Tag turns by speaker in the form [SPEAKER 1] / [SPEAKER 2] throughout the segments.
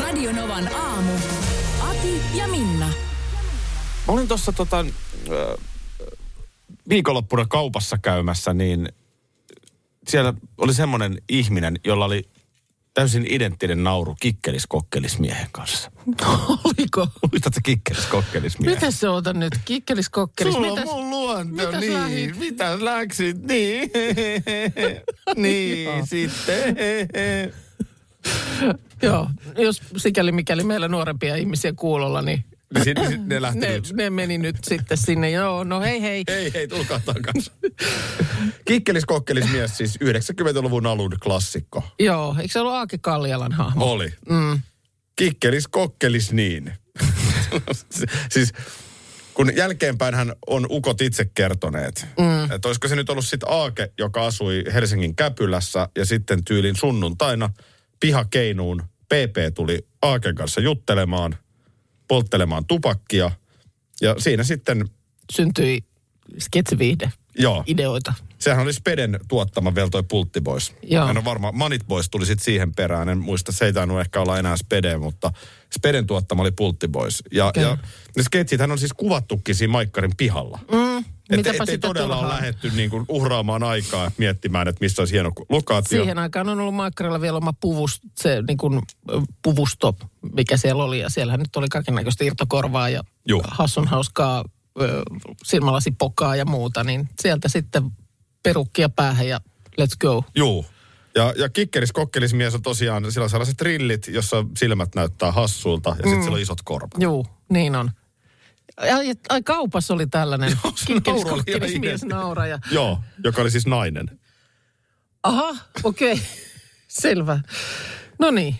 [SPEAKER 1] Radionovan aamu. Ati ja Minna.
[SPEAKER 2] Mä olin tuossa tota, äh, viikonloppuna kaupassa käymässä, niin siellä oli semmoinen ihminen, jolla oli täysin identtinen nauru kikkeliskokkelismiehen kanssa.
[SPEAKER 3] Oliko?
[SPEAKER 2] Muistatko kikkeliskokkelismiehen?
[SPEAKER 3] Miten se oota nyt? Kikkelis, kokkelis.
[SPEAKER 2] Sulla on
[SPEAKER 3] Mitäs-
[SPEAKER 2] mun luonto,
[SPEAKER 3] mitäs
[SPEAKER 2] niin.
[SPEAKER 3] lähit?
[SPEAKER 2] Mitä läksit? Niin. niin, sitten.
[SPEAKER 3] Joo, jos sikäli mikäli meillä nuorempia ihmisiä kuulolla, niin
[SPEAKER 2] ne, sit- sit ne lähti
[SPEAKER 3] ne,
[SPEAKER 2] nyt.
[SPEAKER 3] ne meni nyt sitten sinne. Joo, no hei hei.
[SPEAKER 2] Ei, ei, tulkaa takaisin. Kikkeliskokkelismies siis 90-luvun alun klassikko.
[SPEAKER 3] Joo, eikö se ollut Aake Kallialan hahmo?
[SPEAKER 2] Oli. Mm. Kikkelis, kokkelis niin. Si- siis kun jälkeenpäin hän on ukot itse kertoneet, mm. että olisiko se nyt ollut sitten Aake, joka asui Helsingin Käpylässä ja sitten tyylin sunnuntaina pihakeinuun PP tuli Aaken kanssa juttelemaan, polttelemaan tupakkia ja siinä sitten,
[SPEAKER 3] Syntyi sketsiviihde
[SPEAKER 2] joo,
[SPEAKER 3] ideoita.
[SPEAKER 2] sehän oli Speden tuottama vielä toi Pultti Boys.
[SPEAKER 3] Joo.
[SPEAKER 2] En ole varma, Manit Boys tuli sitten siihen perään, en muista, se ei tainnut ehkä olla enää Spede, mutta Speden tuottama oli Pultti Boys. Ja,
[SPEAKER 3] Kyllä.
[SPEAKER 2] ja ne sketsithän on siis kuvattukin siinä Maikkarin pihalla.
[SPEAKER 3] Mm,
[SPEAKER 2] Että
[SPEAKER 3] mitäpä
[SPEAKER 2] et ei
[SPEAKER 3] sitä
[SPEAKER 2] todella ole
[SPEAKER 3] turhaa.
[SPEAKER 2] lähetty niin kuin uhraamaan aikaa miettimään, että missä olisi hieno ku- lokaatio.
[SPEAKER 3] Siihen aikaan on ollut Maikkarilla vielä oma puvus, se, niin kuin, ö, puvusto, mikä siellä oli. Ja siellähän nyt oli kaikenlaista irtokorvaa ja
[SPEAKER 2] Juu.
[SPEAKER 3] hassun hauskaa ö, silmälasipokaa ja muuta. Niin sieltä sitten perukkia päähän ja let's go.
[SPEAKER 2] Juu. Ja, ja kikkeris kokkelismies on tosiaan, sillä on sellaiset rillit, jossa silmät näyttää hassulta ja sitten
[SPEAKER 3] Mm.
[SPEAKER 2] sillä on isot korvat.
[SPEAKER 3] Juu, niin on. Ai, ai kaupassa oli tällainen
[SPEAKER 2] se
[SPEAKER 3] kikkelis-
[SPEAKER 2] nauru oli ihan
[SPEAKER 3] kokkelis- mies
[SPEAKER 2] idea.
[SPEAKER 3] nauraja.
[SPEAKER 2] Joo, joka oli siis
[SPEAKER 3] No
[SPEAKER 2] nainen.
[SPEAKER 3] Aha, okei. Okay. Selvä. No niin.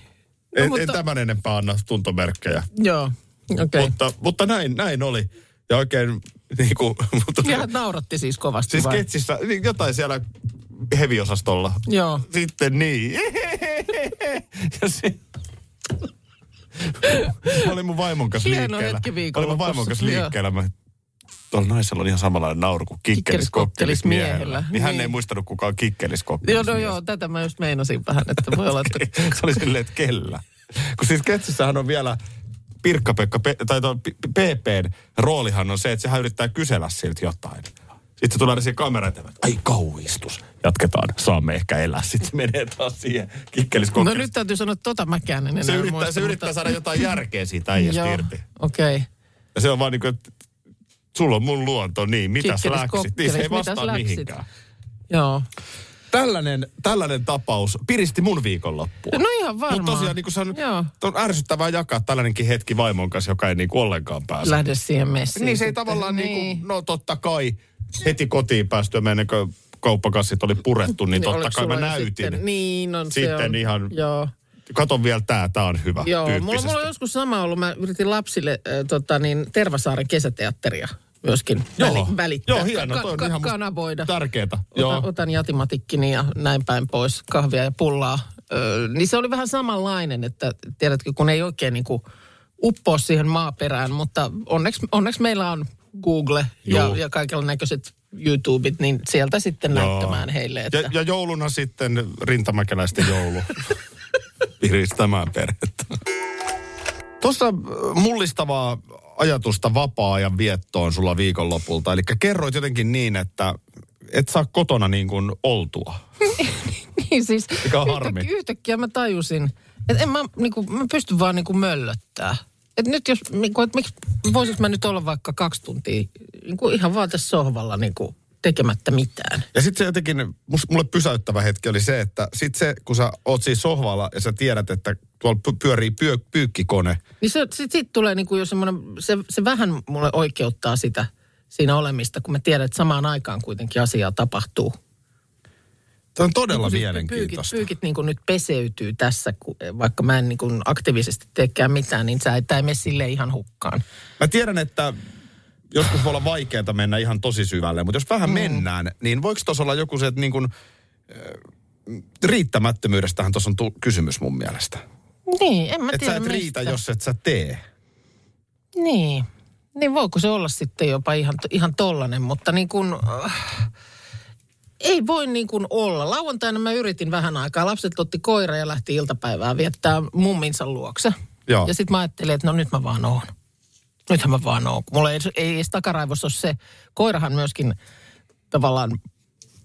[SPEAKER 3] No,
[SPEAKER 2] En, en tämän enempää anna tuntomerkkejä.
[SPEAKER 3] Joo, okei. Okay.
[SPEAKER 2] Mutta, mutta näin, näin oli. Ja oikein niin kuin, mutta
[SPEAKER 3] Ja hän nauratti siis kovasti
[SPEAKER 2] siis
[SPEAKER 3] vai?
[SPEAKER 2] ketsissä niin jotain siellä heviosastolla.
[SPEAKER 3] Joo.
[SPEAKER 2] Sitten niin. Ja se, mä olin mun vaimon kanssa
[SPEAKER 3] Hieno
[SPEAKER 2] liikkeellä.
[SPEAKER 3] hetki
[SPEAKER 2] mä olin mun vaimon
[SPEAKER 3] viikonlopussa.
[SPEAKER 2] kanssa liikkeellä. Mä, tuolla naisella on ihan samanlainen nauru kuin
[SPEAKER 3] Kikkeliskokkelis
[SPEAKER 2] kikkeliskokkelismiehellä.
[SPEAKER 3] miehellä.
[SPEAKER 2] Niin hän
[SPEAKER 3] Niin.
[SPEAKER 2] ei muistanut kukaan
[SPEAKER 3] Joo,
[SPEAKER 2] kikkeliskokkelismies.
[SPEAKER 3] no joo, tätä mä just meinasin vähän, että voi olla, että... No
[SPEAKER 2] se oli silleen, että kellä. Kun siis sketsissähän on vielä Pirkka-Pekka, Pe- tai tuon P- P- PPn roolihan on se, että sehän yrittää kysellä siltä jotain. Sitten se tulee aina siihen kameraan eteen, että ai kauhistus. Jatketaan, saamme ehkä elää. Sitten se menee taas siihen
[SPEAKER 3] No
[SPEAKER 2] kikkeliskokkelis.
[SPEAKER 3] nyt täytyy sanoa, että tota mäkään en enää
[SPEAKER 2] se yrittää,
[SPEAKER 3] muista,
[SPEAKER 2] se yrittää saada jotain järkeä siitä äijästä
[SPEAKER 3] Joo,
[SPEAKER 2] irti.
[SPEAKER 3] okei. Okay.
[SPEAKER 2] Ja se on vaan niin kuin, että sulla on mun luonto, niin mitäs läksit? Niin
[SPEAKER 3] Kikkeliskokkelis,
[SPEAKER 2] se ei vastaa
[SPEAKER 3] mitäs läksit?
[SPEAKER 2] mihinkään.
[SPEAKER 3] Joo.
[SPEAKER 2] Tällainen, tällainen tapaus piristi mun viikonloppua.
[SPEAKER 3] No ihan varmaan.
[SPEAKER 2] Mutta tosiaan niin kuin se on,
[SPEAKER 3] Joo.
[SPEAKER 2] on ärsyttävää jakaa tällainenkin hetki vaimon kanssa, joka ei niin kuin ollenkaan pääse.
[SPEAKER 3] Lähde siihen messiin.
[SPEAKER 2] niin se ei
[SPEAKER 3] sitten.
[SPEAKER 2] tavallaan niin. Niin
[SPEAKER 3] Niin.
[SPEAKER 2] kuin, no totta kai, heti kotiin päästyä ennen kuin kauppakassit oli purettu, niin totta
[SPEAKER 3] oliko
[SPEAKER 2] kai mä
[SPEAKER 3] sulla jo
[SPEAKER 2] näytin.
[SPEAKER 3] Sitten, niin on se
[SPEAKER 2] Sitten
[SPEAKER 3] on.
[SPEAKER 2] ihan-
[SPEAKER 3] Joo.
[SPEAKER 2] Katon vielä tää, tää on hyvä
[SPEAKER 3] Joo, mulla,
[SPEAKER 2] tyyppisesti.
[SPEAKER 3] mulla on joskus sama ollut. Mä yritin lapsille äh, tota, niin, Tervasaaren kesäteatteria myöskin
[SPEAKER 2] Joo.
[SPEAKER 3] väli, välittää.
[SPEAKER 2] Joo, hieno, toi on ihan musta
[SPEAKER 3] kanavoida.
[SPEAKER 2] Tärkeetä.
[SPEAKER 3] Otan,
[SPEAKER 2] Joo.
[SPEAKER 3] otan jatimatikkin ja näin päin pois, kahvia ja pullaa. Öö, niin se oli vähän samanlainen, että tiedätkö, kun ei oikein niin kuin uppoa siihen maaperään, mutta onneksi, onneksi meillä on Google ja,
[SPEAKER 2] Juu.
[SPEAKER 3] ja kaikilla näköiset YouTubet, niin sieltä sitten
[SPEAKER 2] Joo.
[SPEAKER 3] näyttämään heille, että...
[SPEAKER 2] Ja, ja jouluna sitten rintamäkeläisten joulu. Piristämään perhettä. Tuossa äh, mullistavaa ajatusta vapaa-ajan viettoon sulla viikonlopulta. Eli kerroit jotenkin niin, että et saa kotona niin kuin oltua.
[SPEAKER 3] Niin siis
[SPEAKER 2] Mikä on
[SPEAKER 3] yhtäkkiä-
[SPEAKER 2] harmi.
[SPEAKER 3] yhtäkkiä mä tajusin, että en mä, niinku, mä pysty vaan niinku möllöttää. Et nyt jos, niinku, et miksi voisis mä nyt olla vaikka kaksi tuntia niinku, ihan vaan tässä sohvalla niinku, tekemättä mitään.
[SPEAKER 2] Ja sitten se jotenkin, mus- mulle pysäyttävä hetki oli se, että sit se, kun sä oot siinä sohvalla ja sä tiedät, että tuolla py- pyörii pyö- pyykkikone,
[SPEAKER 3] Niin se, sit, sit tulee niinku jo semmoinen, se, se vähän mulle oikeuttaa sitä siinä olemista, kun mä tiedän, että samaan aikaan kuitenkin asiaa tapahtuu.
[SPEAKER 2] Tämä on todella
[SPEAKER 3] Siis
[SPEAKER 2] mielenkiintoista.
[SPEAKER 3] Pyykit, pyykit niin kuin nyt peseytyy tässä, kun, vaikka mä en niin kuin aktiivisesti teekään mitään, niin sä, tämä ei mene sille ihan hukkaan.
[SPEAKER 2] Mä tiedän, että joskus voi olla vaikeaa mennä ihan tosi syvälle, mutta jos vähän mm. mennään, niin voiko tuossa olla joku se, että niin kuin, äh, riittämättömyydestähän tuossa on tu- kysymys mun mielestä.
[SPEAKER 3] Niin, en mä
[SPEAKER 2] Että
[SPEAKER 3] tiedä
[SPEAKER 2] sä et riitä,
[SPEAKER 3] mistä.
[SPEAKER 2] jos et sä tee.
[SPEAKER 3] Niin. Niin voiko se olla sitten jopa ihan, ihan tollanen, mutta niin kuin, äh, ei voi niin kuin olla. Lauantaina mä yritin vähän aikaa. Lapset otti koira ja lähti iltapäivää viettää mumminsa luokse.
[SPEAKER 2] Joo.
[SPEAKER 3] Ja sitten mä ajattelin, että no nyt mä vaan oon. Nythän mä vaan oon. Mulla ei, ei edes takaraivossa ole se. Koirahan myöskin tavallaan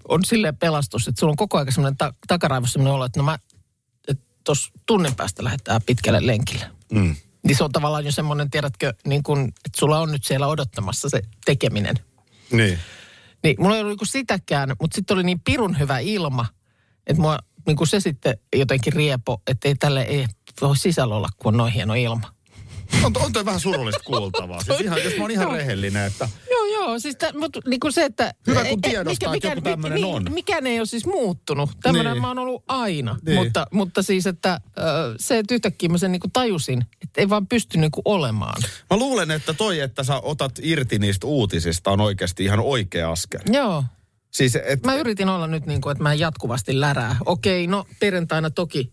[SPEAKER 3] on silleen pelastus, että sulla on koko ajan semmoinen ta- takaraivossa semmoinen olo, että no mä tuossa tunnin päästä lähdetään pitkälle lenkille. Mm. Niin se on tavallaan jo semmoinen, tiedätkö, niin kun, että sulla on nyt siellä odottamassa se tekeminen.
[SPEAKER 2] Niin.
[SPEAKER 3] Niin mulla ei ollut niinku sitäkään, mutta sitten oli niin pirun hyvä ilma, että mua niin se sitten jotenkin riepo, että ei tälle ei voi sisällä olla, kun on noin hieno ilma.
[SPEAKER 2] On, on toi vähän surullista kuultavaa. Siis ihan, jos mä oon ihan rehellinen, että
[SPEAKER 3] Joo, joo. Siis tä, mut, niinku se, että...
[SPEAKER 2] Hyvä, kun
[SPEAKER 3] eh, eh,
[SPEAKER 2] tiedostaa, että joku tämmönen
[SPEAKER 3] mikä,
[SPEAKER 2] on.
[SPEAKER 3] Mikään ei ole siis muuttunut. Tämmöinen
[SPEAKER 2] Niin.
[SPEAKER 3] mä oon ollut aina.
[SPEAKER 2] Niin.
[SPEAKER 3] Niin. Mutta, mutta siis, että ö, se, että yhtäkkiä mä sen niinku tajusin, että ei vaan pysty niinku olemaan.
[SPEAKER 2] mä luulen, että toi, että sä otat irti niistä uutisista on oikeasti ihan oikea askel.
[SPEAKER 3] Joo.
[SPEAKER 2] Siis, et,
[SPEAKER 3] Mä yritin olla nyt niin kuin, että mä en jatkuvasti lärää. Okei, no perjantaina toki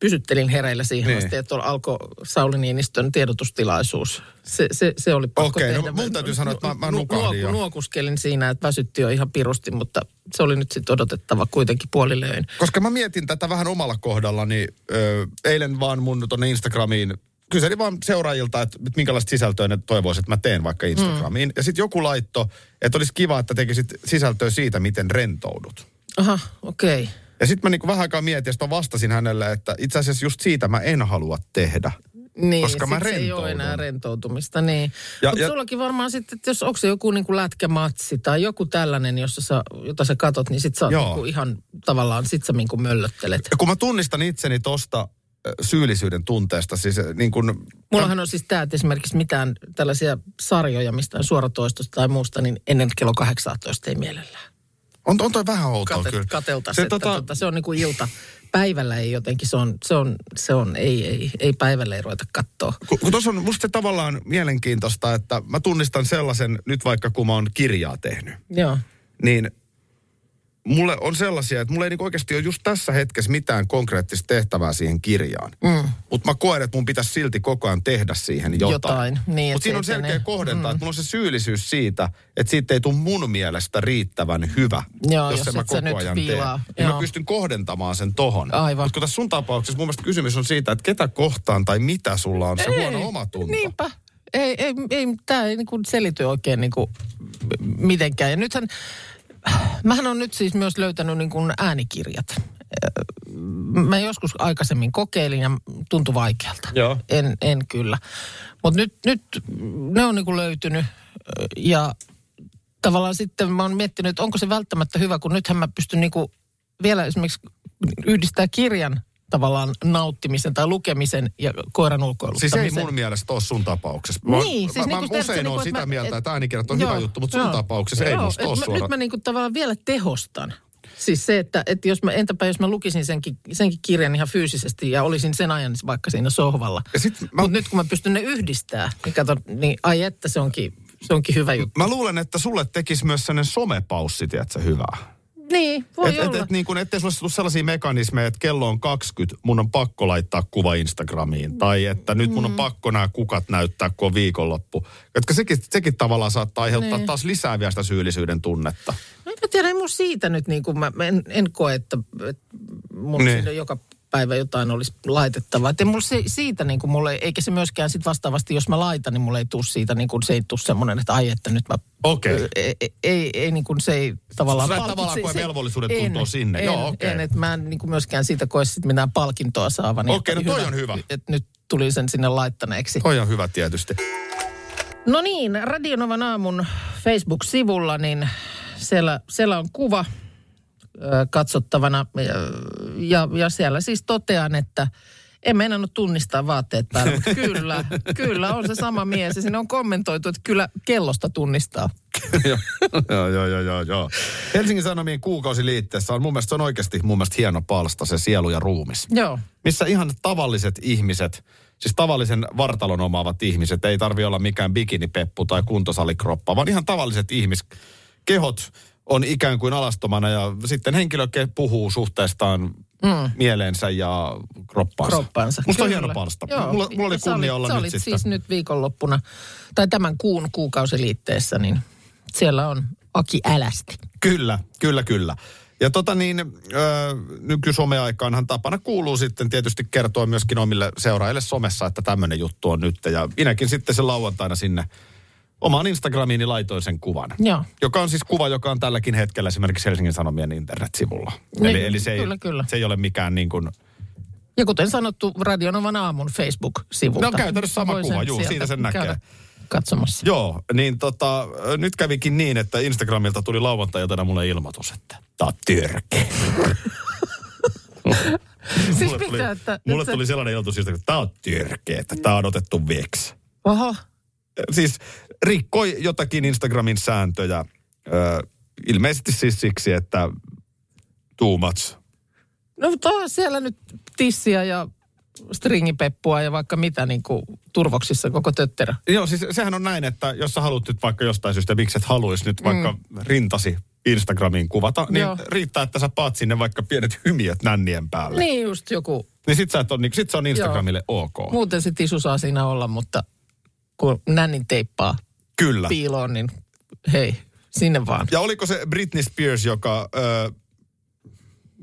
[SPEAKER 3] pysyttelin hereillä siihen
[SPEAKER 2] Niin.
[SPEAKER 3] niin. asti, että tuolla alkoi Sauli Niinistön tiedotustilaisuus. Se, se, se oli pakko
[SPEAKER 2] Okei, no
[SPEAKER 3] tehdä.
[SPEAKER 2] mun täytyy sanoa, että mä- mä nukahdin jo.
[SPEAKER 3] Nuokuskelin siinä, että väsytti jo ihan pirusti, mutta se oli nyt sitten odotettava kuitenkin puolilleen.
[SPEAKER 2] Koska mä mietin tätä vähän omalla kohdallani. Ö, eilen vaan mun tuonne Instagramiin kyselin vaan seuraajilta, että minkälaista sisältöä ne toivoisivat, että mä teen vaikka Instagramiin. Mm. Ja sitten joku laitto, että olisi kiva, että tekisit sisältöä siitä, miten rentoudut.
[SPEAKER 3] Aha, okei.
[SPEAKER 2] Ja sitten mä niinku vähän aikaa mietin, ja sit mä vastasin hänelle, että itse asiassa just siitä mä en halua tehdä.
[SPEAKER 3] Niin,
[SPEAKER 2] Koska mä
[SPEAKER 3] sit se ei ole
[SPEAKER 2] rentoudun.
[SPEAKER 3] enää rentoutumista, niin.
[SPEAKER 2] Ja-
[SPEAKER 3] Mutta
[SPEAKER 2] ja-
[SPEAKER 3] sullakin varmaan sitten, että jos onko se joku niin kuin lätkämatsi tai joku tällainen, jossa sä, jota sä katot, niin sit sä oot
[SPEAKER 2] Joo.
[SPEAKER 3] niin kuin ihan tavallaan, sit sä niin kuin möllöttelet.
[SPEAKER 2] Ja kun mä tunnistan itseni tosta ö, syyllisyyden tunteesta, siis ö, niin kun,
[SPEAKER 3] Mullahan on siis tää, että esimerkiksi mitään tällaisia sarjoja mistään suoratoistosta tai muusta, niin ennen kello 18 ei mielellään.
[SPEAKER 2] on, on toi vähän outoa
[SPEAKER 3] Kate,
[SPEAKER 2] kyllä.
[SPEAKER 3] katelta se, että, tota... Tota, se on niin kuin ilta. Päivällä ei jotenkin, se on, se on, se on ei, ei, ei päivällä ei ruveta katsoa.
[SPEAKER 2] Kun, kun tuossa on musta se tavallaan mielenkiintoista, että mä tunnistan sellaisen, nyt vaikka kun mä oon kirjaa tehnyt,
[SPEAKER 3] Joo.
[SPEAKER 2] niin mulle on sellaisia, että mulla ei niinku oikeasti ole just tässä hetkessä mitään konkreettista tehtävää siihen kirjaan. Mm. Mutta mä koen, että mun pitäisi silti koko ajan tehdä siihen jotain.
[SPEAKER 3] Jotain, niin,
[SPEAKER 2] Mutta
[SPEAKER 3] että
[SPEAKER 2] siinä
[SPEAKER 3] se
[SPEAKER 2] on selkeä
[SPEAKER 3] etenee.
[SPEAKER 2] kohdentaa, mm. että mulla on se syyllisyys siitä, että siitä ei tule mun mielestä riittävän hyvä,
[SPEAKER 3] Joo,
[SPEAKER 2] jos,
[SPEAKER 3] jos
[SPEAKER 2] en mä
[SPEAKER 3] et sä
[SPEAKER 2] koko
[SPEAKER 3] nyt
[SPEAKER 2] ajan
[SPEAKER 3] viilaa.
[SPEAKER 2] tee. Niin mä
[SPEAKER 3] Joo.
[SPEAKER 2] pystyn kohdentamaan sen tohon.
[SPEAKER 3] Aivan.
[SPEAKER 2] Mutta kun tässä sun tapauksessa mun mielestä kysymys on siitä, että ketä kohtaan tai mitä sulla on se ei, huono omatunto.
[SPEAKER 3] Niinpä. Ei, ei, ei, tämä ei niinku selity oikein niinku mitenkään. Ja nythän, mähän on nyt siis myös löytänyt niinku äänikirjat. Mä joskus aikaisemmin kokeilin ja tuntui vaikealta.
[SPEAKER 2] Joo.
[SPEAKER 3] En, en kyllä. Mutta nyt, nyt ne on niinku löytynyt ja tavallaan sitten mä oon miettinyt, että onko se välttämättä hyvä, kun nythän mä pystyn niinku vielä esimerkiksi yhdistää kirjan tavallaan nauttimisen tai lukemisen ja koiran ulkoiluttamisen.
[SPEAKER 2] Siis ei mun mielestä ole sun tapauksessa. Mä,
[SPEAKER 3] Niin,
[SPEAKER 2] mä,
[SPEAKER 3] siis niinku
[SPEAKER 2] mä
[SPEAKER 3] tiedätkö,
[SPEAKER 2] usein
[SPEAKER 3] niinku,
[SPEAKER 2] oon
[SPEAKER 3] et
[SPEAKER 2] sitä
[SPEAKER 3] mä-
[SPEAKER 2] mieltä,
[SPEAKER 3] et-
[SPEAKER 2] että äänikirjat on
[SPEAKER 3] Joo,
[SPEAKER 2] hyvä juttu, mutta sun
[SPEAKER 3] joo.
[SPEAKER 2] tapauksessa ei
[SPEAKER 3] Joo,
[SPEAKER 2] musta
[SPEAKER 3] et
[SPEAKER 2] ole
[SPEAKER 3] mä- Nyt
[SPEAKER 2] suoraan.
[SPEAKER 3] mä niinku tavallaan vielä tehostan. Siis se, että, että jos mä, entäpä jos mä lukisin senkin, senkin kirjan ihan fyysisesti ja olisin sen ajan vaikka siinä sohvalla.
[SPEAKER 2] Ja sit mä-
[SPEAKER 3] Mutta nyt kun mä pystyn ne yhdistämään, niin kato, niin ai että se onkin, se onkin hyvä juttu.
[SPEAKER 2] Mä luulen, että sulle tekisi myös sellainen somepaussi, tiedätkö, hyvää.
[SPEAKER 3] Niin, voi
[SPEAKER 2] et, et,
[SPEAKER 3] olla.
[SPEAKER 2] et, niin kun, ettei sulle tule sellaisia mekanismeja, että kello on 20, mun on pakko laittaa kuva
[SPEAKER 3] Mm.
[SPEAKER 2] Instagramiin. Tai että nyt mun on pakko nämä kukat näyttää, kun on viikonloppu. Jotka sekin, sekin tavallaan saattaa aiheuttaa
[SPEAKER 3] Niin.
[SPEAKER 2] taas lisää vielä sitä syyllisyyden tunnetta.
[SPEAKER 3] No en mä tiedä, ei mun siitä nyt niin kuin mä mä en, en koe, että, että mun
[SPEAKER 2] Niin.
[SPEAKER 3] niin. joka päivä jotain olisi laitettava. Että mulla se, siitä niin kuin mulle, eikä se myöskään sit vastaavasti, jos mä laitan, niin mulle ei tuu siitä niin kuin se ei tuu semmoinen, että ai että nyt mä...
[SPEAKER 2] Okei.
[SPEAKER 3] Ö, Ei, ei, ei, ei niin kuin se ei tavallaan...
[SPEAKER 2] Sä et
[SPEAKER 3] palkitse-
[SPEAKER 2] tavallaan koe
[SPEAKER 3] se-
[SPEAKER 2] velvollisuuden
[SPEAKER 3] en,
[SPEAKER 2] tuntoa sinne.
[SPEAKER 3] En,
[SPEAKER 2] Joo, okei.
[SPEAKER 3] En, että mä en niin kuin myöskään siitä koe sit mitään palkintoa saavani.
[SPEAKER 2] Okei,
[SPEAKER 3] Että
[SPEAKER 2] no toi on hyvä.
[SPEAKER 3] Että nyt tuli sen sinne laittaneeksi.
[SPEAKER 2] Toi on hyvä tietysti.
[SPEAKER 3] No niin, Radionovan aamun Facebook-sivulla, niin siellä, siellä on kuva ö, katsottavana ö, ja, ja siellä siis totean, että en meinannut tunnistaa vaatteet päällä, mutta kyllä, kyllä on se sama mies. Ja sinne on kommentoitu, että kyllä kellosta tunnistaa.
[SPEAKER 2] joo, joo, joo, joo, joo, joo. Helsingin Sanomien kuukausiliitteessä on mun mielestä, se on oikeasti mun mielestä hieno palsta, se sielu ja ruumis.
[SPEAKER 3] Joo.
[SPEAKER 2] Missä ihan tavalliset ihmiset, siis tavallisen vartalon omaavat ihmiset, ei tarvi olla mikään bikinipeppu tai kuntosalikroppa, vaan ihan tavalliset ihmiskehot on ikään kuin alastomana ja sitten henkilö ke- puhuu suhteestaan mm. mieleensä ja kroppaansa.
[SPEAKER 3] Kroppaansa.
[SPEAKER 2] Musta on
[SPEAKER 3] Kyllä.
[SPEAKER 2] hieno palsta.
[SPEAKER 3] Joo.
[SPEAKER 2] Mulla, mulla oli
[SPEAKER 3] Ja sä
[SPEAKER 2] kunnia
[SPEAKER 3] olit-
[SPEAKER 2] olla
[SPEAKER 3] sä
[SPEAKER 2] nyt
[SPEAKER 3] olit
[SPEAKER 2] sitten.
[SPEAKER 3] siis nyt viikonloppuna, tai tämän kuun kuukausiliitteessä, niin siellä on Aki Älästi.
[SPEAKER 2] Kyllä, kyllä, kyllä. Ja tota niin, ö, nykysomeaikaanhan tapana kuuluu sitten tietysti kertoa myöskin omille seuraajille somessa, että tämmöinen juttu on nyt. Ja minäkin sitten sen lauantaina sinne omaan Instagramiini laitoin sen kuvan.
[SPEAKER 3] Joo.
[SPEAKER 2] Joka on siis kuva, joka on tälläkin hetkellä esimerkiksi Helsingin Sanomien internetsivulla.
[SPEAKER 3] Niin,
[SPEAKER 2] eli eli se, ei,
[SPEAKER 3] kyllä, kyllä.
[SPEAKER 2] se ei ole mikään niin kuin,
[SPEAKER 3] Ja kuten sanottu, Radionovan aamun Facebook-sivulta.
[SPEAKER 2] No käytännössä sama
[SPEAKER 3] Voi sen
[SPEAKER 2] kuva, juu,
[SPEAKER 3] sieltä
[SPEAKER 2] siitä sen näkee.
[SPEAKER 3] käydä katsomassa.
[SPEAKER 2] Joo, niin tota, ö, nyt kävikin niin, että Instagramilta tuli lauantai-iltana mulle ilmoitus, että tää on törkeä.
[SPEAKER 3] Siis
[SPEAKER 2] mulle tuli,
[SPEAKER 3] mitä, että...
[SPEAKER 2] mulle
[SPEAKER 3] että,
[SPEAKER 2] tuli sellainen ilmoitus, että tämä on törkeä, että tämä on otettu veksi.
[SPEAKER 3] Oho,
[SPEAKER 2] Siis rikkoi jotakin Instagramin sääntöjä. Ö, ilmeisesti siis siksi, että too much.
[SPEAKER 3] no mutta onhan siellä nyt tissiä ja stringipeppua ja vaikka mitä niin kuin turvoksissa koko tötterä.
[SPEAKER 2] Joo, siis sehän on näin, että jos sä haluat nyt vaikka jostain syystä, miksi et haluaisi nyt vaikka mm. rintasi Instagramiin kuvata, niin
[SPEAKER 3] Joo.
[SPEAKER 2] riittää, että sä paat sinne vaikka pienet hymiöt nännien päälle.
[SPEAKER 3] Niin just joku,
[SPEAKER 2] Niin sit, sä et on, niin sit se on Instagramille ok.
[SPEAKER 3] muuten se tisu saa siinä olla, mutta kun nännin teippaa
[SPEAKER 2] Kyllä.
[SPEAKER 3] piiloon, niin hei, sinne vaan.
[SPEAKER 2] Ja oliko se Britney Spears, joka ö,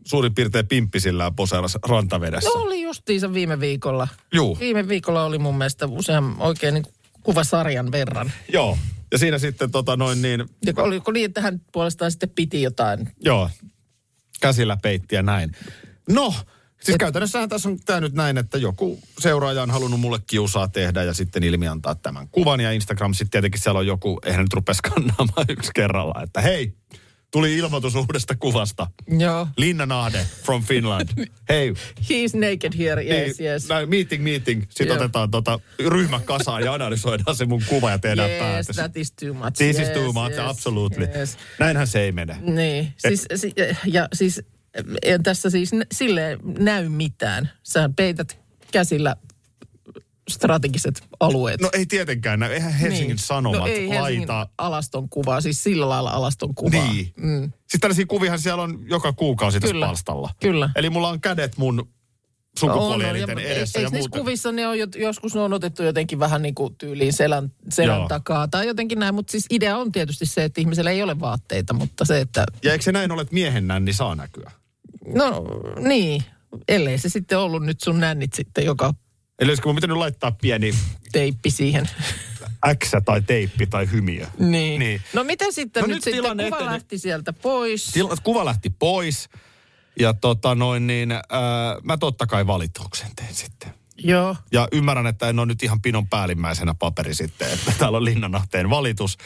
[SPEAKER 2] suurin piirtein pimppisillään poseerasi rantavedessä?
[SPEAKER 3] No oli justiinsa viime viikolla.
[SPEAKER 2] Juu,
[SPEAKER 3] Viime viikolla oli mun mielestä usean oikein niin kuin kuvasarjan verran.
[SPEAKER 2] joo. Ja siinä sitten tota noin niin,
[SPEAKER 3] Ja oliko niin, että hän puolestaan sitten piti jotain
[SPEAKER 2] joo, käsillä peitti ja näin. No, siis käytännössähän tässä on tämä nyt näin, että joku seuraaja on halunnut mulle kiusaa tehdä ja sitten ilmiantaa tämän kuvan. Ja Instagram sitten tietenkin siellä on joku, eihän nyt rupea skannaamaan yksi kerralla, että hei, tuli ilmoitus uudesta kuvasta.
[SPEAKER 3] Joo.
[SPEAKER 2] Linna Nahde from Finland. Hei,
[SPEAKER 3] He's naked here, yes,
[SPEAKER 2] niin,
[SPEAKER 3] yes.
[SPEAKER 2] näin meeting, meeting. Sitten
[SPEAKER 3] Joo.
[SPEAKER 2] otetaan tota ryhmä kasaan ja analysoidaan se mun kuva ja tehdään
[SPEAKER 3] Yes,
[SPEAKER 2] päätös.
[SPEAKER 3] that is too much.
[SPEAKER 2] This
[SPEAKER 3] yes,
[SPEAKER 2] is too much,
[SPEAKER 3] yes,
[SPEAKER 2] absolutely.
[SPEAKER 3] Yes.
[SPEAKER 2] Näinhän se ei mene.
[SPEAKER 3] Niin, siis, si- ja siis ei tässä siis n- silleen näy mitään. Sä peität käsillä strategiset alueet.
[SPEAKER 2] No ei tietenkään, näy. eihän Helsingin
[SPEAKER 3] Niin.
[SPEAKER 2] Sanomat
[SPEAKER 3] no, ei Helsingin
[SPEAKER 2] laita.
[SPEAKER 3] alaston kuvaa, siis sillä lailla alaston kuvaa.
[SPEAKER 2] Niin. Mm. Siis tällaisia kuvihan siellä on joka kuukausi tässä
[SPEAKER 3] Kyllä.
[SPEAKER 2] palstalla.
[SPEAKER 3] Kyllä.
[SPEAKER 2] Eli mulla on kädet mun
[SPEAKER 3] On,
[SPEAKER 2] sukupuolielinten
[SPEAKER 3] on, no ja-
[SPEAKER 2] edessä
[SPEAKER 3] ei-
[SPEAKER 2] ja
[SPEAKER 3] eikö niissä
[SPEAKER 2] muuten.
[SPEAKER 3] kuvissa ne on, jot- joskus ne on otettu jotenkin vähän niin kuin tyyliin selän, selän
[SPEAKER 2] Joo.
[SPEAKER 3] takaa tai jotenkin näin, mutta siis idea on tietysti se, että ihmisellä ei ole vaatteita, mutta se, että
[SPEAKER 2] Ja eikö se näin ole, että miehen nänni saa näkyä?
[SPEAKER 3] no niin, ellei se sitten ollut nyt sun nännit sitten, joka
[SPEAKER 2] Eli olisiko mun pitänyt laittaa pieni
[SPEAKER 3] teippi siihen.
[SPEAKER 2] X tai teippi tai hymiö?
[SPEAKER 3] niin.
[SPEAKER 2] Niin.
[SPEAKER 3] No mitä sitten
[SPEAKER 2] No
[SPEAKER 3] no, nyt,
[SPEAKER 2] nyt
[SPEAKER 3] nyt sitten,
[SPEAKER 2] tilanne
[SPEAKER 3] kuva
[SPEAKER 2] eteni.
[SPEAKER 3] lähti sieltä pois.
[SPEAKER 2] Til- kuva lähti pois. Ja tota noin niin, äh, mä totta kai valituksen tein sitten.
[SPEAKER 3] Joo.
[SPEAKER 2] Ja ymmärrän, että en ole nyt ihan pinon päällimmäisenä paperi sitten, että täällä on Linnanahteen valitus.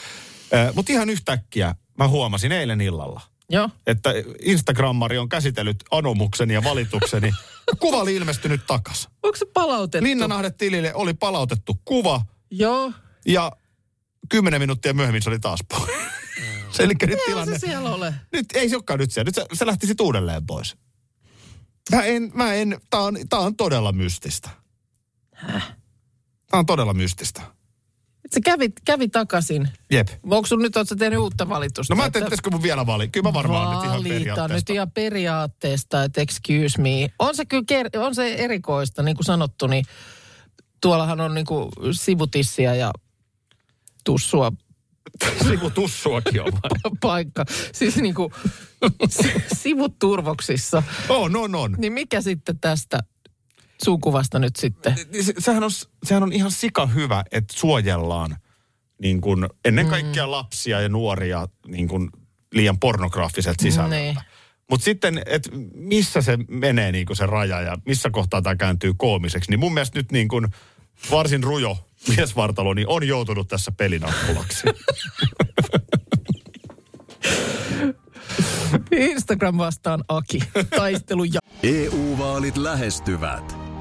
[SPEAKER 2] Äh, Mutta ihan yhtäkkiä mä huomasin eilen illalla,
[SPEAKER 3] Joo.
[SPEAKER 2] että Instagrammari on käsitellyt anomukseni ja valitukseni. Ja kuva oli ilmestynyt takas.
[SPEAKER 3] Onko se palautettu?
[SPEAKER 2] Linnanahde tilille oli palautettu kuva
[SPEAKER 3] Joo.
[SPEAKER 2] ja kymmenen minuuttia myöhemmin se oli taas pois. Eli nyt
[SPEAKER 3] Ei
[SPEAKER 2] tilanne...
[SPEAKER 3] se siellä ole.
[SPEAKER 2] Nyt ei se olekaan nyt siellä. Nyt se, se lähti sitten uudelleen pois. Mä en, mä en, tää on, tää on todella mystistä. Tää on todella mystistä.
[SPEAKER 3] Se kävi, kävi takaisin.
[SPEAKER 2] Jep.
[SPEAKER 3] Onko sun nyt, ootko sä tehnyt uutta valitusta?
[SPEAKER 2] No mä
[SPEAKER 3] Että-
[SPEAKER 2] ajattelin, pitäisikö mun vielä valita. Kyllä mä varmaan nyt ihan
[SPEAKER 3] Valitaan nyt
[SPEAKER 2] periaatteesta.
[SPEAKER 3] ihan periaatteesta, että excuse me. On se kyllä ker- on se erikoista, niin kuin sanottu, niin tuollahan on niin kuin sivutissiä ja tussua
[SPEAKER 2] Sivutussuakin on vai?
[SPEAKER 3] paikka. Siis niin kuin si- sivut turvoksissa.
[SPEAKER 2] On, on, on.
[SPEAKER 3] Niin mikä sitten tästä sun kuvasta nyt sitten?
[SPEAKER 2] Niin se- Sehän on, sehän on ihan sika hyvä, että suojellaan niin kun ennen kaikkea lapsia ja nuoria niin kun liian pornograafiset sisällöltä.
[SPEAKER 3] Niin.
[SPEAKER 2] Mutta sitten, että missä se menee niin se raja ja missä kohtaa tämä kääntyy koomiseksi, niin mun mielestä nyt niin kun varsin rujo miesvartalo niin on joutunut tässä pelinappulaksi.
[SPEAKER 3] Instagram vastaan Aki. Taistelu ja...
[SPEAKER 4] EU-vaalit E lähestyvät.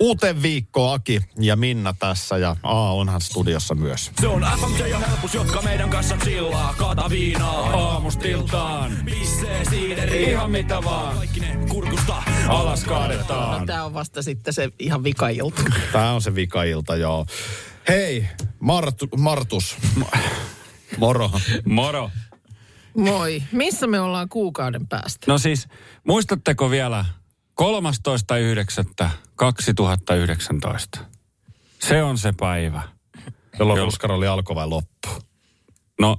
[SPEAKER 2] Uuteen viikkoon Aki ja Minna tässä ja A onhan studiossa myös.
[SPEAKER 5] Se on FMJ ja helpus, jotka meidän kanssa chillaa. Kaata viinaa aamustiltaan. Pissee siideri, ihan mitä vaan. Kaikki ne kurkusta alas kaadetaan.
[SPEAKER 3] Tämä on vasta sitten se ihan vikailta.
[SPEAKER 2] Tää on se vikailta, joo. Hei, Martu, Martus. Moro.
[SPEAKER 6] Moro.
[SPEAKER 3] Moi. Missä me ollaan kuukauden päästä?
[SPEAKER 6] No siis, muistatteko vielä 13.9.2019? Se on se päivä.
[SPEAKER 2] Jolloin ruskarolli alkoi vai loppu? Siis
[SPEAKER 6] No,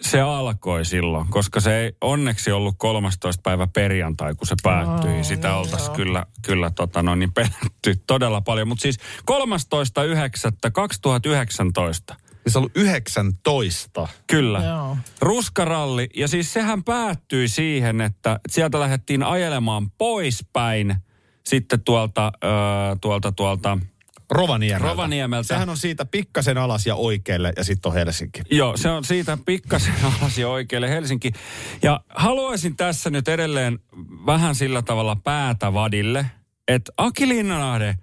[SPEAKER 6] se alkoi silloin, koska se ei onneksi ollut 13. päivä perjantai, kun se päättyi. Oh, Sitä oltaisiin kyllä, kyllä tota no, niin pelätty todella paljon. Mutta siis 13.9.2019
[SPEAKER 2] Niin se on ollut 19.
[SPEAKER 6] Kyllä.
[SPEAKER 3] Joo.
[SPEAKER 6] Joo. Ruskaralli. Ja siis sehän päättyi siihen, että sieltä lähdettiin ajelemaan poispäin sitten tuolta, ö, tuolta, tuolta.
[SPEAKER 2] Rovaniemeltä.
[SPEAKER 6] Rovaniemeltä.
[SPEAKER 2] Sehän on siitä pikkasen alas ja oikealle ja sitten on Helsinki.
[SPEAKER 6] Joo, se on siitä pikkasen alas ja oikealle Helsinki. Ja haluaisin tässä nyt edelleen vähän sillä tavalla päätä vadille, että Aki Linnanahde,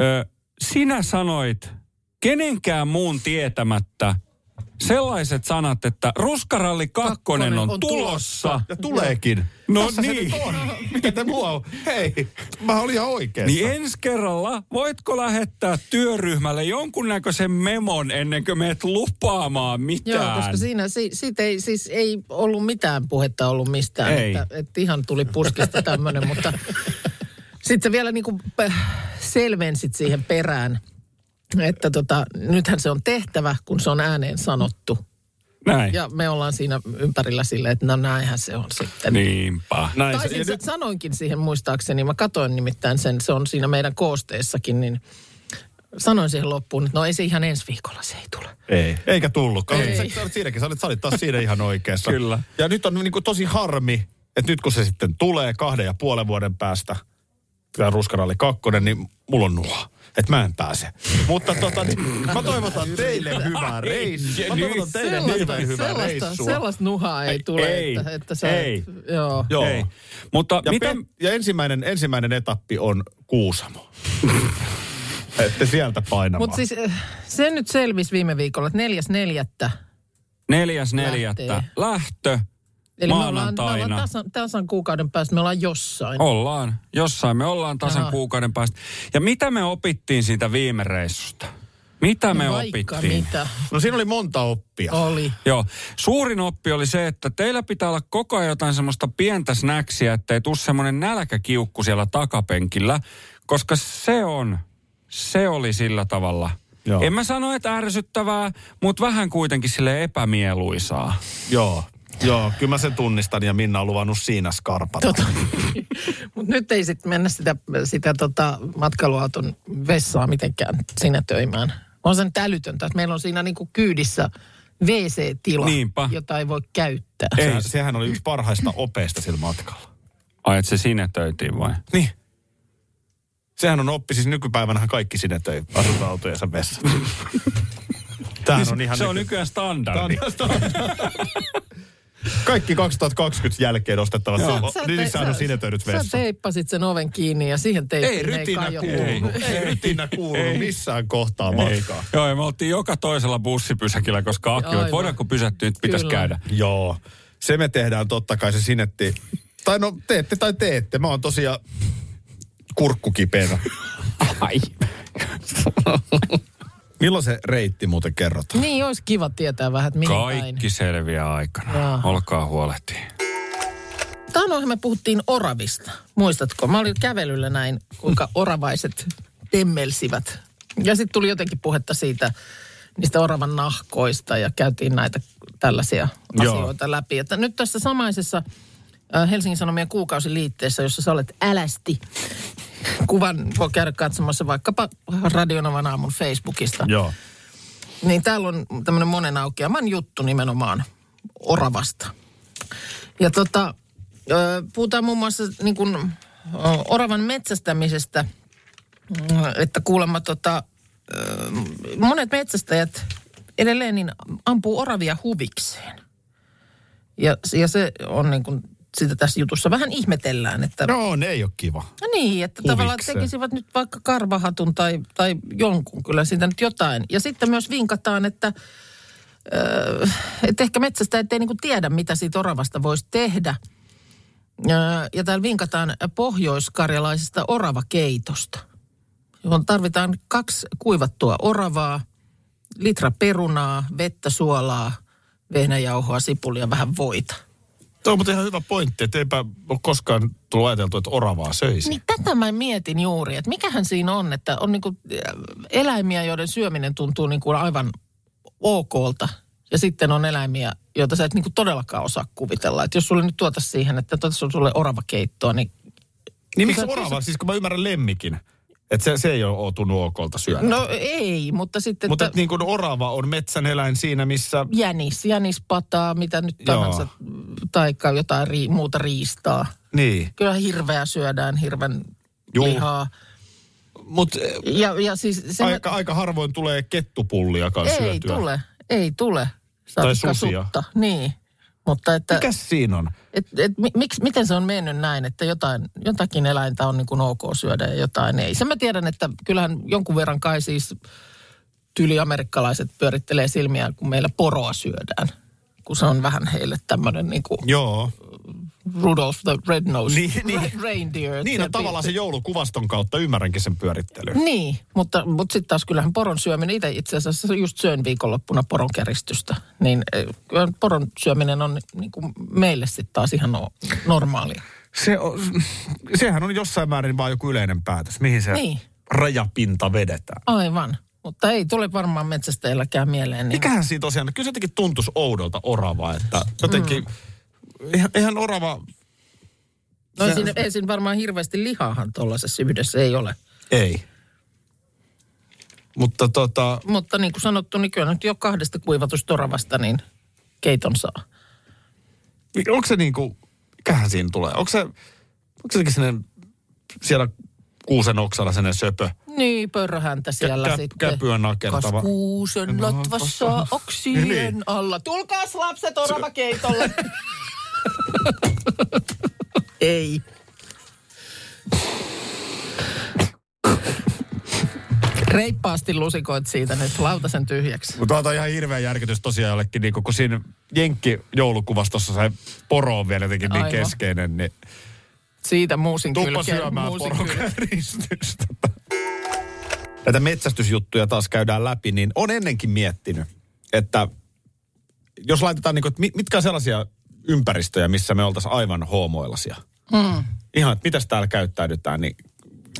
[SPEAKER 6] ö, sinä sanoit kenenkään muun tietämättä sellaiset sanat, että Ruskaralli kakkonen on,
[SPEAKER 3] on tulossa.
[SPEAKER 6] tulossa.
[SPEAKER 2] Ja tuleekin.
[SPEAKER 6] No
[SPEAKER 2] Tässä se
[SPEAKER 6] niin.
[SPEAKER 2] nyt on. Mikä te mua on? Hei, mä olin ihan oikeassa.
[SPEAKER 6] Niin ensi kerralla voitko lähettää työryhmälle jonkunnäköisen memon ennen kuin meet lupaamaan mitään?
[SPEAKER 3] Joo, koska siinä si, siitä ei, siis ei ollut mitään puhetta ollut mistään.
[SPEAKER 6] Ei.
[SPEAKER 3] Että, että ihan tuli puskista tämmöinen, mutta sitten vielä niin kuin selvensit siihen perään, että tota, nythän se on tehtävä, kun se on ääneen sanottu.
[SPEAKER 6] Näin.
[SPEAKER 3] Ja me ollaan siinä ympärillä silleen, että no näinhän se on sitten.
[SPEAKER 6] Niin. Niinpä.
[SPEAKER 2] Näin
[SPEAKER 3] Taisin sä sanoinkin siihen muistaakseni, mä katoin nimittäin sen, se on siinä meidän koosteessakin, niin sanoin siihen loppuun, että no ei se ihan ensi viikolla, se ei tule.
[SPEAKER 2] Ei. Eikä tullutkaan.
[SPEAKER 3] Ei.
[SPEAKER 2] Sä, sä olit siinäkin, sä olit, sä olit taas siinä ihan oikeassa.
[SPEAKER 6] Kyllä.
[SPEAKER 2] Ja nyt on niin kuin tosi harmi, että nyt kun se sitten tulee kahden ja puolen vuoden päästä, tämä ruskaralli kakkonen, niin mulla on nuha. Että mä en pääse. Mutta tota, niin, mä toivotan teille hyvää reissua. Mä toivotan teille hirveän hyvää
[SPEAKER 3] sellaista,
[SPEAKER 2] reissua.
[SPEAKER 3] sellaista nuhaa ei tule,
[SPEAKER 6] ei,
[SPEAKER 3] että, että sä
[SPEAKER 6] ei.
[SPEAKER 3] Et, joo.
[SPEAKER 2] Joo.
[SPEAKER 6] Ei. Mutta
[SPEAKER 2] Ja,
[SPEAKER 6] mitä...
[SPEAKER 2] pe- ja ensimmäinen, ensimmäinen etappi on Kuusamo. Ette sieltä painamaan.
[SPEAKER 3] Mutta siis eh, se nyt selvisi viime viikolla, että neljäs neljättä.
[SPEAKER 6] Neljäs neljättä.
[SPEAKER 3] Lähtee.
[SPEAKER 6] Lähtö.
[SPEAKER 3] Eli me ollaan, me
[SPEAKER 6] Maanantaina. Oh,
[SPEAKER 3] ollaan tasan, tasan kuukauden päästä, me ollaan jossain.
[SPEAKER 6] Ollaan. Jossain me ollaan tasan
[SPEAKER 3] Aha.
[SPEAKER 6] kuukauden päästä. Ja mitä me opittiin siitä viime reissusta? Mitä me
[SPEAKER 3] No Vaikka
[SPEAKER 6] opittiin?
[SPEAKER 3] mitä
[SPEAKER 2] no siinä oli monta oppia.
[SPEAKER 3] oli.
[SPEAKER 6] Joo. Suurin oppi oli se, että teillä pitää olla koko ajan jotain semmoista pientä snäksiä, ettei tuu semmoinen nälkäkiukku siellä takapenkillä, koska se on, se oli sillä tavalla.
[SPEAKER 2] Joo.
[SPEAKER 6] Joo. En mä sano, että ärsyttävää, mutta vähän kuitenkin sille epämieluisaa.
[SPEAKER 2] Joo. Joo, kyllä mä sen tunnistan ja Minna on luvannut siinä skarpata.
[SPEAKER 3] Tota, Mutta nyt ei sitten mennä sitä, sitä tota matkailuauton vessaa mitenkään sinä töimään. On se nyt älytöntä, että meillä on siinä niinku kyydissä WC-tila,
[SPEAKER 6] Niinpä.
[SPEAKER 3] jota ei voi käyttää.
[SPEAKER 6] Ei.
[SPEAKER 2] Sehän, sehän oli yksi parhaista opeista sillä matkalla.
[SPEAKER 6] Ai, että se sinetöitiin vai?
[SPEAKER 2] Niin. Sehän on oppi, siis nykypäivänähän kaikki sinne töi asutaan autojensa vessa. Tämähän on ihan niinku
[SPEAKER 6] se on
[SPEAKER 2] nyky-
[SPEAKER 6] nykyään standardi.
[SPEAKER 2] Kaikki 2020 jälkeen ostettavat
[SPEAKER 3] Sä-
[SPEAKER 2] no,
[SPEAKER 3] sä te-
[SPEAKER 2] niissä on
[SPEAKER 3] sä-
[SPEAKER 2] sinetöidyt
[SPEAKER 3] Sä
[SPEAKER 2] vessat.
[SPEAKER 3] teippasit sen oven kiinni ja siihen teippiin
[SPEAKER 2] Ei rytinä
[SPEAKER 3] kajottu.
[SPEAKER 2] kuulu. Ei rytinä kuulu missään kohtaa matkaa.
[SPEAKER 6] Joo, ja me oltiin joka toisella bussipysäkillä, koska Akki, oli,
[SPEAKER 3] Aivan.
[SPEAKER 6] että voidaanko pysähtyä, nyt pitäisi
[SPEAKER 3] Kyllä.
[SPEAKER 6] käydä.
[SPEAKER 2] Joo. Se me tehdään totta kai se sinetti
[SPEAKER 7] Tai no teette tai teette. Mä oon tosiaan kurkkukipeänä.
[SPEAKER 6] Ai.
[SPEAKER 7] Milloin se reitti muuten kerrotaan?
[SPEAKER 3] Niin, olisi kiva tietää vähän, että mihin päin.
[SPEAKER 6] Kaikki selviää aikana.
[SPEAKER 3] Jaa.
[SPEAKER 6] Olkaa huolehtia.
[SPEAKER 3] Tanoihin me puhuttiin oravista. Muistatko? Mä olin kävelyllä näin, kuinka oravaiset temmelsivät. Ja sitten tuli jotenkin puhetta siitä, niistä oravan nahkoista ja käytiin näitä tällaisia
[SPEAKER 6] Joo.
[SPEAKER 3] asioita läpi. Että nyt tässä samaisessa äh, Helsingin Sanomien kuukausiliitteessä, jossa sä olet älästi, kuvan voi käydä katsomassa vaikkapa Radionavan aamun Facebookista.
[SPEAKER 7] Joo.
[SPEAKER 3] Niin täällä on tämmöinen monen aukeaman juttu nimenomaan oravasta. Ja tota, ö, puhutaan muun muassa niin kuin, ö, oravan metsästämisestä, ö, että kuulemma tota, ö, monet metsästäjät edelleen niin ampuu oravia huvikseen. Ja, ja se on niin kuin, sitä tässä jutussa vähän ihmetellään, että
[SPEAKER 2] No, ne ei ole kiva.
[SPEAKER 3] No niin, että tavallaan
[SPEAKER 2] Huvikseen.
[SPEAKER 3] tekisivät nyt vaikka karvahatun tai, tai jonkun, kyllä siitä nyt jotain. Ja sitten myös vinkataan, että, öö, että ehkä metsästä ettei niinku tiedä, mitä siitä oravasta voisi tehdä. Öö, ja täällä vinkataan pohjoiskarjalaisesta oravakeitosta, johon tarvitaan kaksi kuivattua oravaa, litra perunaa, vettä, suolaa, vehnäjauhoa, sipulia, vähän voita.
[SPEAKER 2] Tuo on muuten ihan hyvä pointti, että eipä ole koskaan tullut ajateltu, että oravaa söisi.
[SPEAKER 3] Niin tätä mä mietin juuri, että mikähän siinä on, että on niinku äh, eläimiä, joiden syöminen tuntuu niinku aivan okolta. Ja sitten on eläimiä, joita sä et niinku todellakaan osaa kuvitella. Että jos sulle nyt tuota siihen, että tuota sulle tulee oravakeittoa, niin
[SPEAKER 2] Niin miksi orava? Siis kun mä ymmärrän lemmikin, että se, se ei ole ootunut okolta syödä.
[SPEAKER 3] no ei, mutta sitten
[SPEAKER 2] Mutta
[SPEAKER 3] että
[SPEAKER 2] niin kuin orava on metsän eläin siinä, missä...
[SPEAKER 3] jänis, jänispataa, mitä nyt
[SPEAKER 2] niin- Joo.
[SPEAKER 3] tahansa, taikka jotain ri, muuta riistaa.
[SPEAKER 2] Niin.
[SPEAKER 3] Kyllä hirveä syödään, hirven
[SPEAKER 2] Juu.
[SPEAKER 3] lihaa.
[SPEAKER 2] Mutta
[SPEAKER 3] Ja, ja siis se,
[SPEAKER 2] aika, aika harvoin tulee kettupulliakaan
[SPEAKER 3] ei
[SPEAKER 2] syötyä.
[SPEAKER 3] tule, ei tule. Saatikka
[SPEAKER 2] susia.
[SPEAKER 3] Sutta. Niin, mutta että...
[SPEAKER 2] Mikäs siinä on?
[SPEAKER 3] Et, et, mi, miksi, miten se on mennyt näin, että jotain, jotakin eläintä on niin kuin ok syödä ja jotain ei. Sen mä tiedän, että kyllähän jonkun verran kai siis tyli amerikkalaiset pyörittelee silmiään, kun meillä poroa syödään. Kun se on vähän heille tämmöinen niin kuin
[SPEAKER 2] Joo.
[SPEAKER 3] Rudolph the Red-Nosed
[SPEAKER 2] Niin, niin.
[SPEAKER 3] Re- Reindeer.
[SPEAKER 2] Niin, no
[SPEAKER 3] Se-
[SPEAKER 2] tavallaan se joulukuvaston kautta ymmärränkin sen pyörittely.
[SPEAKER 3] Niin, mutta, mutta sitten taas kyllähän poron syöminen, itse itse asiassa just syön viikonloppuna poron käristystä, niin eh, kyllä poron syöminen on niin kuin meille sitten taas ihan no, normaalia.
[SPEAKER 2] Se on, sehän on jossain määrin vaan joku yleinen päätös, mihin se
[SPEAKER 3] Niin.
[SPEAKER 2] rajapinta vedetään.
[SPEAKER 3] Aivan, mutta ei tule varmaan metsästäjälläkään mieleen. Niin
[SPEAKER 2] Mikähän siinä tosiaan, kyllä se jotenkin tuntuisi oudolta oravaa, että jotenkin, mm. eihän, eihän orava,
[SPEAKER 3] No ei siinä, ei siinä varmaan hirveästi lihaahan tuollaisessa yhdessä ei ole.
[SPEAKER 2] ei. Mutta tota,
[SPEAKER 3] Mutta niin kuin sanottu, niin kyllä nyt jo kahdesta kuivatustoravasta niin keiton saa.
[SPEAKER 2] onko se niin kuin, mikähän siinä tulee? Onko se, onko se jotenkin sellainen, siellä kuusen oksalla sellainen söpö?
[SPEAKER 3] Niin, pörröhäntä siellä
[SPEAKER 2] kä-
[SPEAKER 3] sitten.
[SPEAKER 2] käpyä nakertava.
[SPEAKER 3] Kas kuusen latvassa oksien
[SPEAKER 2] Niin.
[SPEAKER 3] alla. Tulkaas lapset oravakeitolle. Ei. Reippaasti lusikoit siitä nyt lautasen tyhjäksi.
[SPEAKER 2] Mutta on ihan hirveä järkytys tosiaan jollekin, niin kun siinä Jenkki joulukuvastossa se poro on vielä jotenkin niin
[SPEAKER 3] Aivan.
[SPEAKER 2] keskeinen, niin
[SPEAKER 3] Siitä muusin
[SPEAKER 2] tuppa
[SPEAKER 3] kylkeen.
[SPEAKER 2] syömään
[SPEAKER 3] muusin kylkeen.
[SPEAKER 2] porokäristystä. Näitä metsästysjuttuja taas käydään läpi, niin on ennenkin miettinyt, että jos laitetaan, niin kuin, että mi- mitkä on sellaisia ympäristöjä, missä me oltaisiin aivan hoomoilaisia.
[SPEAKER 3] Mm.
[SPEAKER 2] Hmm. Ihan, että mitäs täällä käyttäydytään, niin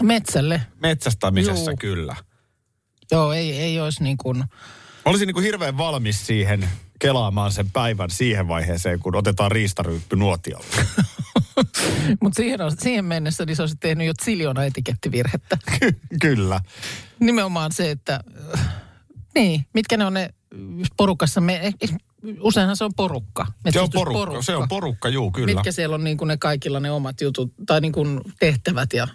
[SPEAKER 3] Metsälle.
[SPEAKER 2] metsästämisessä
[SPEAKER 3] Juu.
[SPEAKER 2] kyllä.
[SPEAKER 3] Joo, ei, ei olisi niin kuin...
[SPEAKER 2] Mä olisin niin kuin hirveän valmis siihen kelaamaan sen päivän siihen vaiheeseen, kun otetaan riistaryyppy nuotiolle.
[SPEAKER 3] Mutta siihen, on- siihen mennessä niin sä olisit tehnyt jo ziljona etikettivirhettä.
[SPEAKER 2] Kyllä.
[SPEAKER 3] Nimenomaan se, että... äh, Niin, mitkä ne on ne porukassa? Me, eh, eh, useinhan se on porukka.
[SPEAKER 2] Se on porukka. Se on porukka, juu, kyllä.
[SPEAKER 3] Mitkä siellä on niin kuin ne kaikilla ne omat jutut tai niin kuin tehtävät ja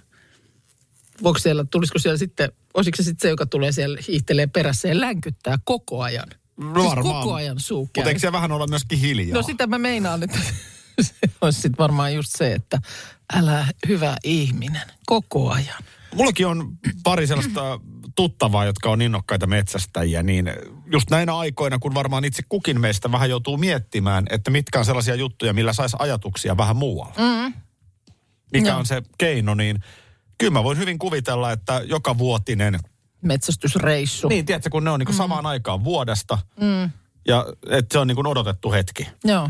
[SPEAKER 3] voiko siellä, tulisiko siellä sitten, olisiko se sitten se, joka tulee siellä hiihtelee perässä ja länkyttää koko ajan? Siis koko ajan suu
[SPEAKER 2] Mutta
[SPEAKER 3] käy.
[SPEAKER 2] No eikö siellä vähän olla myöskin hiljaa?
[SPEAKER 3] No sitä mä meinaan, että se olisi sitten varmaan just se, että älä hyvä ihminen koko ajan.
[SPEAKER 2] Mullakin on pari sellaista tuttavaa, jotka on innokkaita metsästäjiä, niin just näinä aikoina, kun varmaan itse kukin meistä vähän joutuu miettimään, että mitkä on sellaisia juttuja, millä saisi ajatuksia vähän muualle. Mm. Mikä on se keino, niin kyllä mä voin hyvin kuvitella, että joka vuotinen
[SPEAKER 3] Metsästysreissu.
[SPEAKER 2] niin, tiedätkö, kun ne on
[SPEAKER 3] Mm.
[SPEAKER 2] niin samaan aikaan vuodesta. Mm. Ja että se on niin odotettu hetki.
[SPEAKER 3] Joo,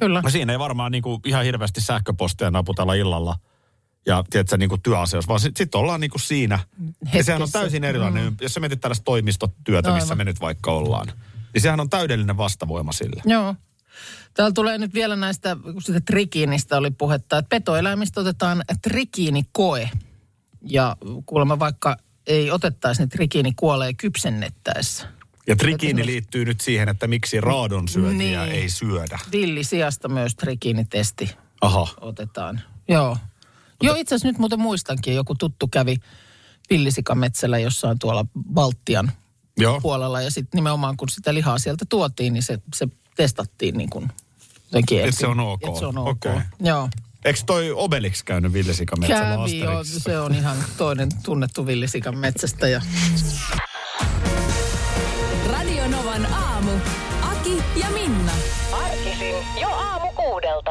[SPEAKER 3] kyllä.
[SPEAKER 2] No siinä ei varmaan niin ihan hirveästi sähköpostia naputella illalla. Ja tiedätkö, niin kuin työasioissa, vaan sitten sit ollaan niin siinä. Ja sehän on
[SPEAKER 3] Hetkessä.
[SPEAKER 2] täysin erilainen. Mm. Jos sä mietit tällaista toimistotyötä, missä
[SPEAKER 3] Aivan.
[SPEAKER 2] me nyt vaikka ollaan. Niin sehän on täydellinen vastavoima sille.
[SPEAKER 3] Joo. Täällä tulee nyt vielä näistä, kun sitä trikiinistä oli puhetta, että petoeläimistä otetaan trikiinikoe. Ja kuulemma vaikka ei otettaisi, niin trikiini kuolee kypsennettäessä.
[SPEAKER 2] Ja trikiini liittyy nyt siihen, että miksi raadon syöjiä
[SPEAKER 3] Niin.
[SPEAKER 2] ei syödä.
[SPEAKER 3] Villi sijasta myös trikiinitesti
[SPEAKER 2] Aha.
[SPEAKER 3] otetaan. Joo. Joo, itse asiassa nyt muuten muistankin, joku tuttu kävi villisikametsällä jossain tuolla Baltian
[SPEAKER 2] Joo.
[SPEAKER 3] puolella. Ja sitten nimenomaan kun sitä lihaa sieltä tuotiin, niin se, se testattiin niin kuin jotenkin
[SPEAKER 2] Et se
[SPEAKER 3] ensin.
[SPEAKER 2] on ok.
[SPEAKER 3] Et se on ok.
[SPEAKER 2] Okei.
[SPEAKER 3] Okay. Joo.
[SPEAKER 2] Eikö toi Obelix käynyt villesikametsällä
[SPEAKER 3] Kävi, joo,
[SPEAKER 2] Asterixissa?
[SPEAKER 3] se on ihan toinen tunnettu villisikan metsästäjä.
[SPEAKER 8] Radio Novan aamu. Aki ja Minna.
[SPEAKER 9] Arkisin jo aamu kuudelta.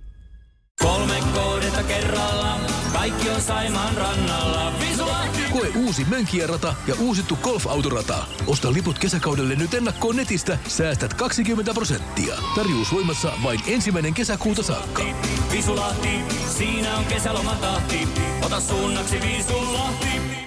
[SPEAKER 10] Kolme kohdetta kerralla, kaikki on Saimaan rannalla.
[SPEAKER 11] Koe uusi Mönkijärata ja uusittu golfautorata. Osta liput kesäkaudelle nyt ennakkoon netistä, säästät 20 prosenttia. Tarjous voimassa vain ensimmäinen kesäkuuta saakka.
[SPEAKER 10] Visulahti, siinä on kesälomatahti. Ota suunnaksi Visulahti.